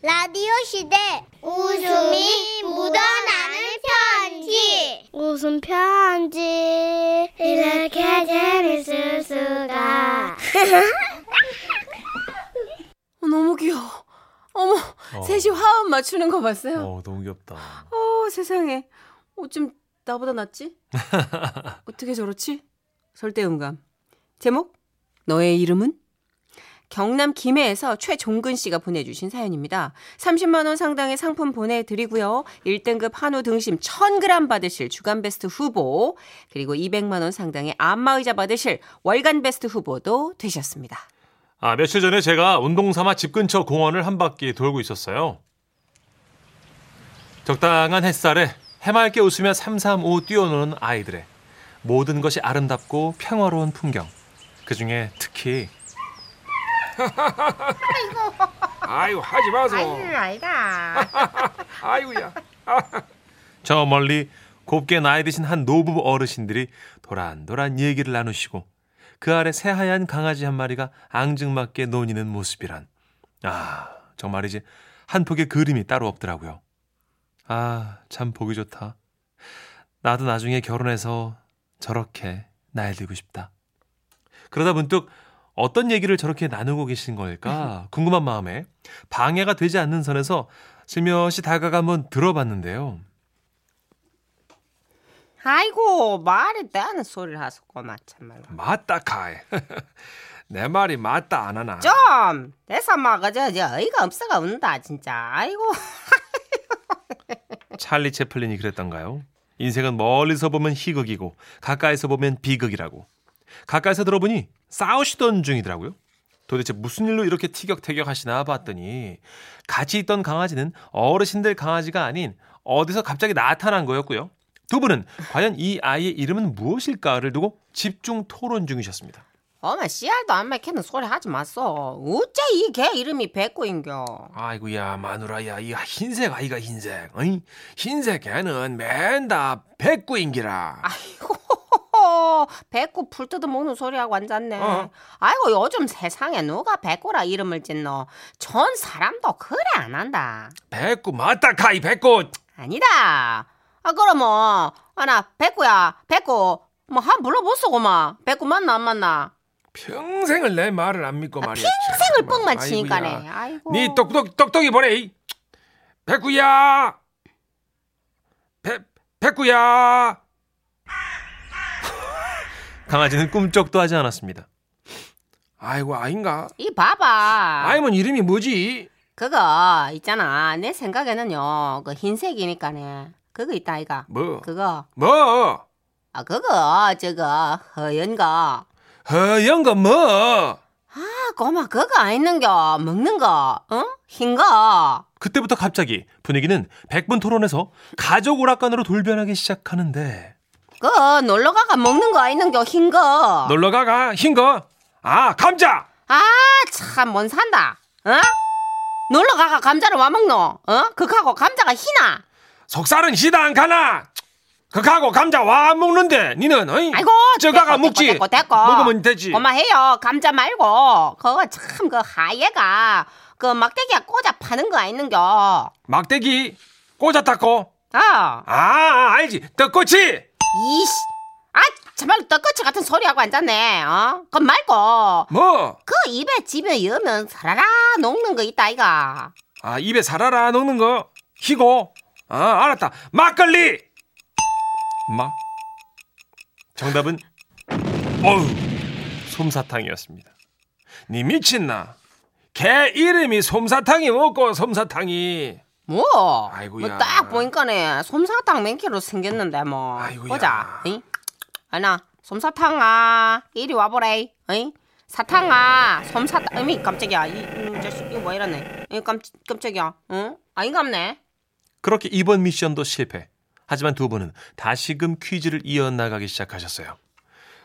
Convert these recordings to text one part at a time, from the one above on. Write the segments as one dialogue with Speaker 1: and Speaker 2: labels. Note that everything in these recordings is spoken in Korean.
Speaker 1: 라디오 시대 웃음이 묻어나는 편지 웃음 편지 이렇게 재밌을 수가 아!
Speaker 2: 어, 너무 귀여워. 어머, 셋이 화음 맞추는 거 봤어요?
Speaker 3: 어, 너무 귀엽다.
Speaker 2: 어, 세상에. 어쩜 나보다 낫지? 어떻게 저렇지? 설대음감. 제목, 너의 이름은? 경남 김해에서 최종근 씨가 보내주신 사연입니다. 30만원 상당의 상품 보내드리고요. 1등급 한우 등심 1000g 받으실 주간베스트 후보, 그리고 200만원 상당의 안마의자 받으실 월간베스트 후보도 되셨습니다.
Speaker 3: 아, 며칠 전에 제가 운동 삼아 집 근처 공원을 한 바퀴 돌고 있었어요. 적당한 햇살에 해맑게 웃으며 삼삼오오 뛰어노는 아이들의 모든 것이 아름답고 평화로운 풍경. 그 중에 특히
Speaker 4: 아이고 하지 마소.
Speaker 2: 아이가.
Speaker 4: 아이고야.
Speaker 3: 저 멀리 곱게 나이 드신 한 노부 어르신들이 도란도란 얘기를 나누시고 그 아래 새하얀 강아지 한 마리가 앙증맞게 노니는 모습이란. 아, 정말이지 한 폭의 그림이 따로 없더라고요. 아, 참 보기 좋다. 나도 나중에 결혼해서 저렇게 나이 들고 싶다. 그러다 문득 어떤 얘기를 저렇게 나누고 계신 걸까 궁금한 마음에 방해가 되지 않는 선에서 슬며시 다가가 한번 들어봤는데요.
Speaker 2: 아이고 말이 되는 소리를 하셨구만 참말로
Speaker 4: 맞다 카이. 내 말이 맞다 안 하나.
Speaker 2: 좀 대사 그, 막아줘 이제 어이가 없어가 운다 진짜 아이고
Speaker 3: 찰리 채플린이 그랬던가요? 인생은 멀리서 보면 희극이고 가까이서 보면 비극이라고. 가까이서 들어보니 싸우시던 중이더라고요. 도대체 무슨 일로 이렇게 티격태격 하시나 봤더니 같이 있던 강아지는 어르신들 강아지가 아닌 어디서 갑자기 나타난 거였고요. 두 분은 과연 이 아이의 이름은 무엇일까를 두고 집중 토론 중이셨습니다.
Speaker 2: 어머 씨알도 안 맥히는 소리 하지 마소 어째 이 개 이름이 백구인겨
Speaker 4: 아이고야 마누라야 이 흰색 아이가 흰색. 어이? 흰색 개는 맨 다 백구인기라.
Speaker 2: 아이고 백구 풀 뜯어 먹는 소리하고 앉았네
Speaker 4: 어.
Speaker 2: 아이고 요즘 세상에 누가 백구라 이름을 짓노 전 사람도 그래 안 한다
Speaker 4: 백구 맞다 카이 백구.
Speaker 2: 아니다 아 그럼 뭐아나 백구야 백구 뭐 한 불러보소고마 백구 맞나 안 맞나
Speaker 4: 평생을 내 말을 안 믿고 그 말이야.
Speaker 2: 생을 뻥
Speaker 4: 정말.
Speaker 2: 맞히니까네. 어.
Speaker 4: 아이고야.
Speaker 2: 아이고.
Speaker 4: 니 똑똑 똑똑이 보내. 이. 백구야. 백 백구야.
Speaker 3: 강아지는 꿈쩍도 하지 않았습니다.
Speaker 4: 아이고 아인가?
Speaker 2: 이 봐봐.
Speaker 4: 아이면 이름이 뭐지?
Speaker 2: 그거 있잖아. 내 생각에는요. 그 흰색이니까네. 그거 있다 아이가.
Speaker 4: 뭐?
Speaker 2: 그거.
Speaker 4: 뭐?
Speaker 2: 아 그거 저거 허연 거.
Speaker 4: 허연 어, 거 뭐?
Speaker 2: 아 꼬마 그거 안 있는 겨. 먹는 거. 응? 흰 거.
Speaker 3: 그때부터 갑자기 분위기는 100분 토론에서 가족 오락관으로 돌변하기 시작하는데
Speaker 2: 그 놀러 가가 먹는 거 있는 겨. 흰 거.
Speaker 4: 놀러 가가 흰 거? 아 감자.
Speaker 2: 아참 뭔 산다. 어? 놀러 가가 감자를 와 먹노. 어? 그거하고 감자가 희나.
Speaker 4: 속살은 시다 안 가나? 그하고 감자 와 안 먹는데 니는 어이?
Speaker 2: 아이고
Speaker 4: 저가가
Speaker 2: 됐고,
Speaker 4: 먹지.
Speaker 2: 됐고 됐고
Speaker 4: 먹으면 되지.
Speaker 2: 고마해요 감자 말고 그거 참 그 하얘가 그 막대기가 꽂아 파는 거 아니는겨
Speaker 4: 막대기 꽂아 닦고.
Speaker 2: 아
Speaker 4: 아 알지. 떡꼬치.
Speaker 2: 이씨 아 정말 떡꼬치 같은 소리하고 앉았네 어 그거 말고
Speaker 4: 뭐?
Speaker 2: 그 입에 집에 넣으면 사라라 녹는 거 있다 이가
Speaker 4: 아 입에 살아라 녹는 거 희고. 아 알았다. 막걸리.
Speaker 3: 마. 정답은 어우 솜사탕이었습니다.
Speaker 4: 니 미친나? 개 이름이 솜사탕이 먹고 솜사탕이.
Speaker 2: 뭐?
Speaker 4: 아이고야.
Speaker 2: 뭐 딱 보니까네 솜사탕 맨키로 생겼는데 뭐
Speaker 4: 아이고야.
Speaker 2: 보자 응? 아나 솜사탕아 이리 와보래 응? 사탕아 솜사탕 어미 깜짝이야 이, 이 자식 이거 뭐 이러네 이 깜, 깜짝이야 응? 아닌갑네
Speaker 3: 그렇게 이번 미션도 실패. 하지만 두 분은 다시금 퀴즈를 이어나가기 시작하셨어요.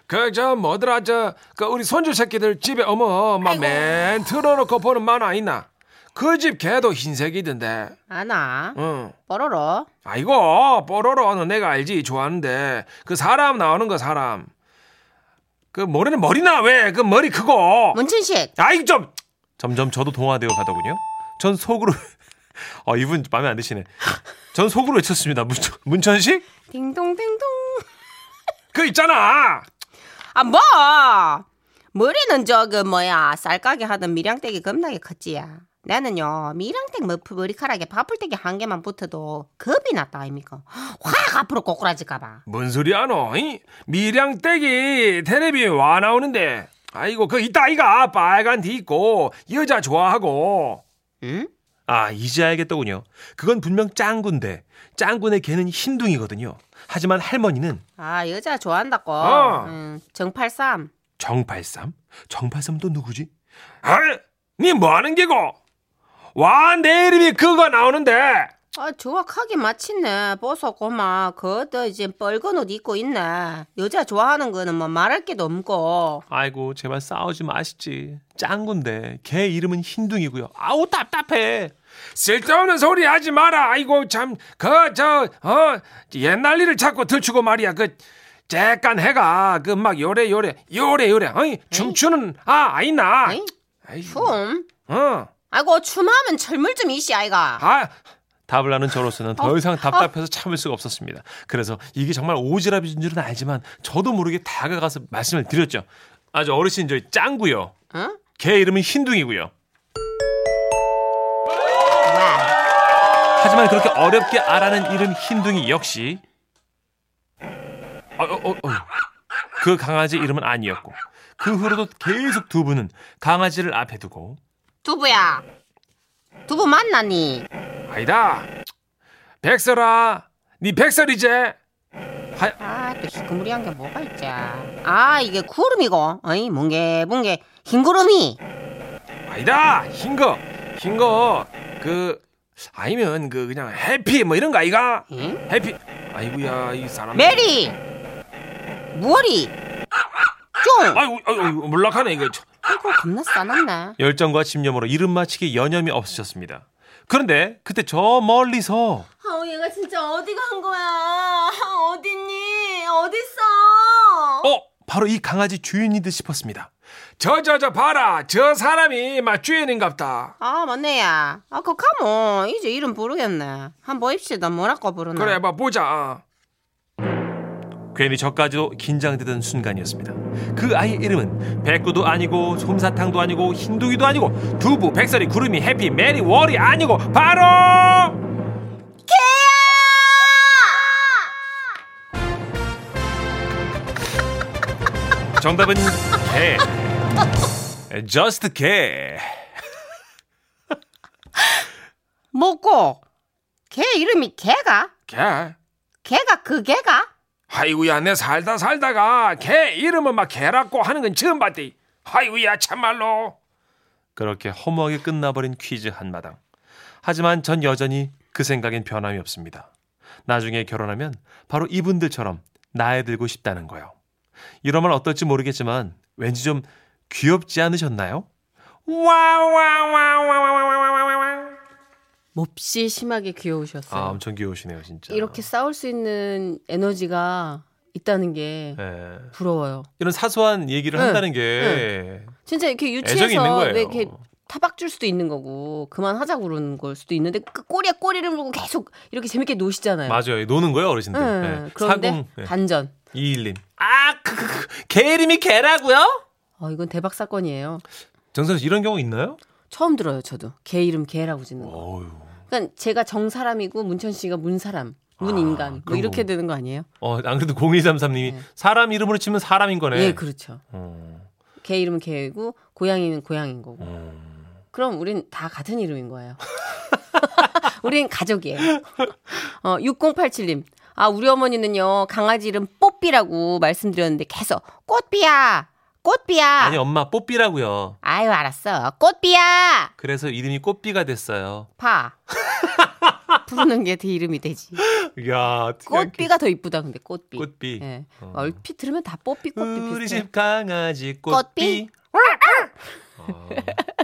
Speaker 4: 그 저 뭐더라 저 그 우리 손주 새끼들 집에 어머 막맨 틀어놓고 보는 만화 있나? 그 집 개도 흰색이던데.
Speaker 2: 아나
Speaker 4: 응.
Speaker 2: 뽀로로
Speaker 4: 아이고 뽀로로는 내가 알지 좋아하는데 그 사람 나오는 거 사람. 그 모르는 머리나 왜 그 머리 크고.
Speaker 2: 문춘식
Speaker 4: 아이 좀.
Speaker 3: 점점 저도 동화되어 가더군요. 전 속으로 어 이분 마음에 안 드시네. 전 속으로 외쳤습니다. 문천, 문천식?
Speaker 2: 딩동댕동.
Speaker 4: 그 있잖아.
Speaker 2: 아, 뭐! 머리는 저그 뭐야. 쌀가게 하던 미량댁이 겁나게 컸지야. 나는요, 미량댁 머프 머리카락에 바풀떼기 한 개만 붙어도 겁이 났다, 아닙니까? 확 앞으로 꼬꾸라질까봐.
Speaker 4: 뭔 소리 하노? 이? 미량떼기 테레비에 와 나오는데. 아이고 그 있다 이가 빨간 티 입고 여자 좋아하고.
Speaker 2: 응?
Speaker 3: 아 이제 알겠더군요. 그건 분명 짱군데 짱군의 개는 흰둥이거든요. 하지만 할머니는
Speaker 2: 아, 여자 좋아한다고.
Speaker 4: 어.
Speaker 2: 응, 정팔삼.
Speaker 3: 정팔삼? 정팔삼은 또 누구지?
Speaker 4: 아, 니뭐 하는 게고? 와 내 이름이 그거 나오는데.
Speaker 2: 아, 정확하게 맞히네. 벗었고마. 그것도 이제 뻘건 옷 입고 있네. 여자 좋아하는 거는 뭐 말할 게도 없고.
Speaker 3: 아이고 제발 싸우지 마시지. 짱군데 개 이름은 흰둥이고요. 아우 답답해.
Speaker 4: 쓸데없는 소리 하지 마라. 아이고 참 그 저 어 옛날 일을 자꾸 들추고 말이야. 그 쬐깐 해가 그 막 요래 요래 요래 요래 어이 춤추는 아 아이나.
Speaker 2: 에이?
Speaker 4: 아이고.
Speaker 2: 춤?
Speaker 4: 어.
Speaker 2: 아이고, 춤하면 철물 좀 이씨, 아이가.
Speaker 4: 아
Speaker 3: 답을 하는 저로서는 더 이상 답답해서 참을 수가 없었습니다. 그래서 이게 정말 오지랖인 줄은 알지만 저도 모르게 다가가서 말씀을 드렸죠. 아주 어르신 저희 짱구요.
Speaker 2: 응?
Speaker 3: 개 이름은 흰둥이고요. 하지만 그렇게 어렵게 알아낸 이름 흰둥이 역시 어, 어, 어, 어. 그 강아지 이름은 아니었고 그 후로도 계속 두 분은 강아지를 앞에 두고
Speaker 2: 두부야. 두부 만나니?
Speaker 4: 아니다. 백설아. 네 백설이제.
Speaker 2: 아, 또 희끄무리한 게 뭐가 있지? 아, 이게 구름이고. 어이, 뭉게뭉게. 흰 구름이.
Speaker 4: 아니다. 흰거. 흰거. 그 아니면 그 그냥 해피 뭐 이런 거 아이가?
Speaker 2: 응?
Speaker 4: 해피. 아이고야 이 사람.
Speaker 2: 메리. 무어리. 쫑.
Speaker 4: 아이고 아이고 몰락하네 이거.
Speaker 2: 아이고, 겁나 싸놨네.
Speaker 3: 열정과 집념으로 이름 맞히기 여념이 없으셨습니다. 그런데 그때 저 멀리서
Speaker 5: 아우 얘가 진짜 어디 간 거야? 어딨니? 어딨어?
Speaker 3: 어 바로 이 강아지 주인이 듯 싶었습니다.
Speaker 4: 저 저 저 봐라 저 사람이 막 주인인갑다
Speaker 2: 아, 맞네야. 아, 그 가모. 이제 이름 부르겠네. 한번 입시다 뭐라고 부르나.
Speaker 4: 그래 봐 보자
Speaker 3: 괜히 저까지도 긴장되던 순간이었습니다. 그 아이의 이름은 백구도 아니고 솜사탕도 아니고 흰둥이도 아니고 두부, 백설이, 구름이, 해피, 메리, 워리 아니고 바로 개야! 정답은 개. Just 개.
Speaker 2: 먹고. 개 이름이 개가?
Speaker 4: 개
Speaker 2: 개가 그 개가?
Speaker 4: 아이고야 내 살다 살다가 개 이름은 막 개라고 하는 건 처음 봤디 아이고야 참말로
Speaker 3: 그렇게 허무하게 끝나버린 퀴즈 한마당. 하지만 전 여전히 그 생각엔 변함이 없습니다. 나중에 결혼하면 바로 이분들처럼 나이 들고 싶다는 거요. 이러면 어떨지 모르겠지만 왠지 좀 귀엽지 않으셨나요?
Speaker 4: 와와와와와와와와와
Speaker 6: 몹시 심하게 귀여우셨어요.
Speaker 3: 아 엄청 귀여우시네요 진짜.
Speaker 6: 이렇게 싸울 수 있는 에너지가 있다는 게
Speaker 3: 예.
Speaker 6: 부러워요.
Speaker 3: 이런 사소한 얘기를
Speaker 6: 네,
Speaker 3: 한다는 게
Speaker 6: 진짜 이렇게
Speaker 3: 애정이 있는
Speaker 6: 유치해서
Speaker 3: 거예요.
Speaker 6: 왜 이렇게 타박 줄 수도 있는 거고 그만하자 고 그러는 걸 수도 있는데 그 꼬리에 꼬리를 물고 계속 이렇게 재밌게 노시잖아요.
Speaker 3: 맞아요. 노는 거예요 어르신들.
Speaker 6: 응,
Speaker 3: 예.
Speaker 6: 그런데
Speaker 3: 사공 예.
Speaker 6: 반전.
Speaker 3: 이일님. 아, 그, 그, 그, 개 이름이 개라고요?
Speaker 6: 어 이건 대박 사건이에요.
Speaker 3: 정선 씨 이런 경우 있나요?
Speaker 6: 처음 들어요 저도. 개 이름 개라고 짓는 거.
Speaker 3: 어유.
Speaker 6: 그러니까 제가 정 사람이고 문천 씨가 문 사람, 문
Speaker 3: 아,
Speaker 6: 인간 뭐
Speaker 3: 그런
Speaker 6: 이렇게
Speaker 3: 거구나.
Speaker 6: 되는 거 아니에요?
Speaker 3: 어, 안 그래도 0133님이
Speaker 6: 네.
Speaker 3: 사람 이름으로 치면 사람인 거네.
Speaker 6: 예 그렇죠.
Speaker 3: 어,
Speaker 6: 개 이름은 개고 고양이는 고양인 거고.
Speaker 3: 어.
Speaker 6: 그럼 우린 다 같은 이름인 거예요. 우린 가족이에요. 어, 6087님. 아, 우리 어머니는요, 강아지 이름 뽀삐라고 말씀드렸는데 계속 꽃비야! 꽃비야!
Speaker 3: 아니 엄마 뽀삐라고요.
Speaker 6: 아유, 알았어. 꽃비야!
Speaker 3: 그래서 이름이 꽃비가 됐어요.
Speaker 6: 봐. 부르는 게 대 이름이 되지.
Speaker 3: 야
Speaker 6: 꽃비가 더 이쁘다, 근데 꽃비.
Speaker 3: 꽃비.
Speaker 2: 네.
Speaker 6: 예.
Speaker 3: 어. 음,
Speaker 6: 얼핏 들으면 다 뽀삐, 꽃비
Speaker 3: 우리
Speaker 6: 비슷해.
Speaker 3: 집 강아지 꽃비. 어,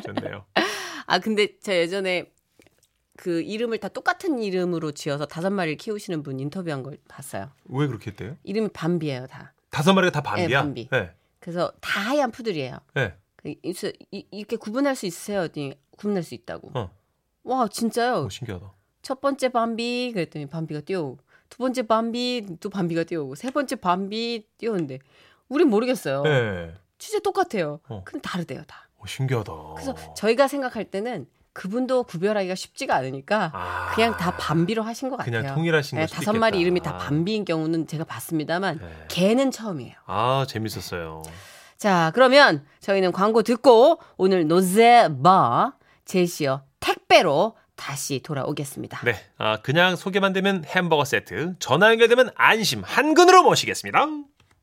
Speaker 3: 좋네요.
Speaker 6: 아, 근데 제가 예전에 그 이름을 다 똑같은 이름으로 지어서 다섯 마리를 키우시는 분 인터뷰한 걸 봤어요.
Speaker 3: 왜 그렇게 했대요?
Speaker 6: 이름이 밤비예요, 다.
Speaker 3: 다섯 마리가 다 밤비야.
Speaker 6: 네, 밤비.
Speaker 3: 네,
Speaker 6: 그래서 다 하얀 푸들이에요.
Speaker 3: 네.
Speaker 6: 그, 이수- 이- 이렇게 구분할 수 있으세요? 어디 구분할 수 있다고.
Speaker 3: 어.
Speaker 2: 와 진짜요.
Speaker 3: 오, 신기하다.
Speaker 2: 첫 번째 밤비 그랬더니 밤비가 뛰어오고 두 번째 밤비 또 밤비가 뛰어오고 세 번째 밤비 뛰어오는데 우린 모르겠어요.
Speaker 3: 네.
Speaker 2: 취재 똑같아요.
Speaker 3: 어.
Speaker 2: 근데 다르대요 다.
Speaker 3: 오, 신기하다.
Speaker 2: 그래서 저희가 생각할 때는 그분도 구별하기가 쉽지가 않으니까
Speaker 3: 아.
Speaker 2: 그냥 다 밤비로 하신 것 같아요.
Speaker 3: 그냥 통일하신
Speaker 2: 네,
Speaker 3: 것
Speaker 2: 다섯 마리 이름이 다 밤비인 경우는 제가 봤습니다만
Speaker 3: 네.
Speaker 2: 개는 처음이에요.
Speaker 3: 아 재밌었어요.
Speaker 2: 자 그러면 저희는 광고 듣고 오늘 노제바 제시어 택배로 다시 돌아오겠습니다.
Speaker 3: 네, 아, 그냥 소개만 되면 햄버거 세트, 전화 연결되면 안심 한근으로 모시겠습니다.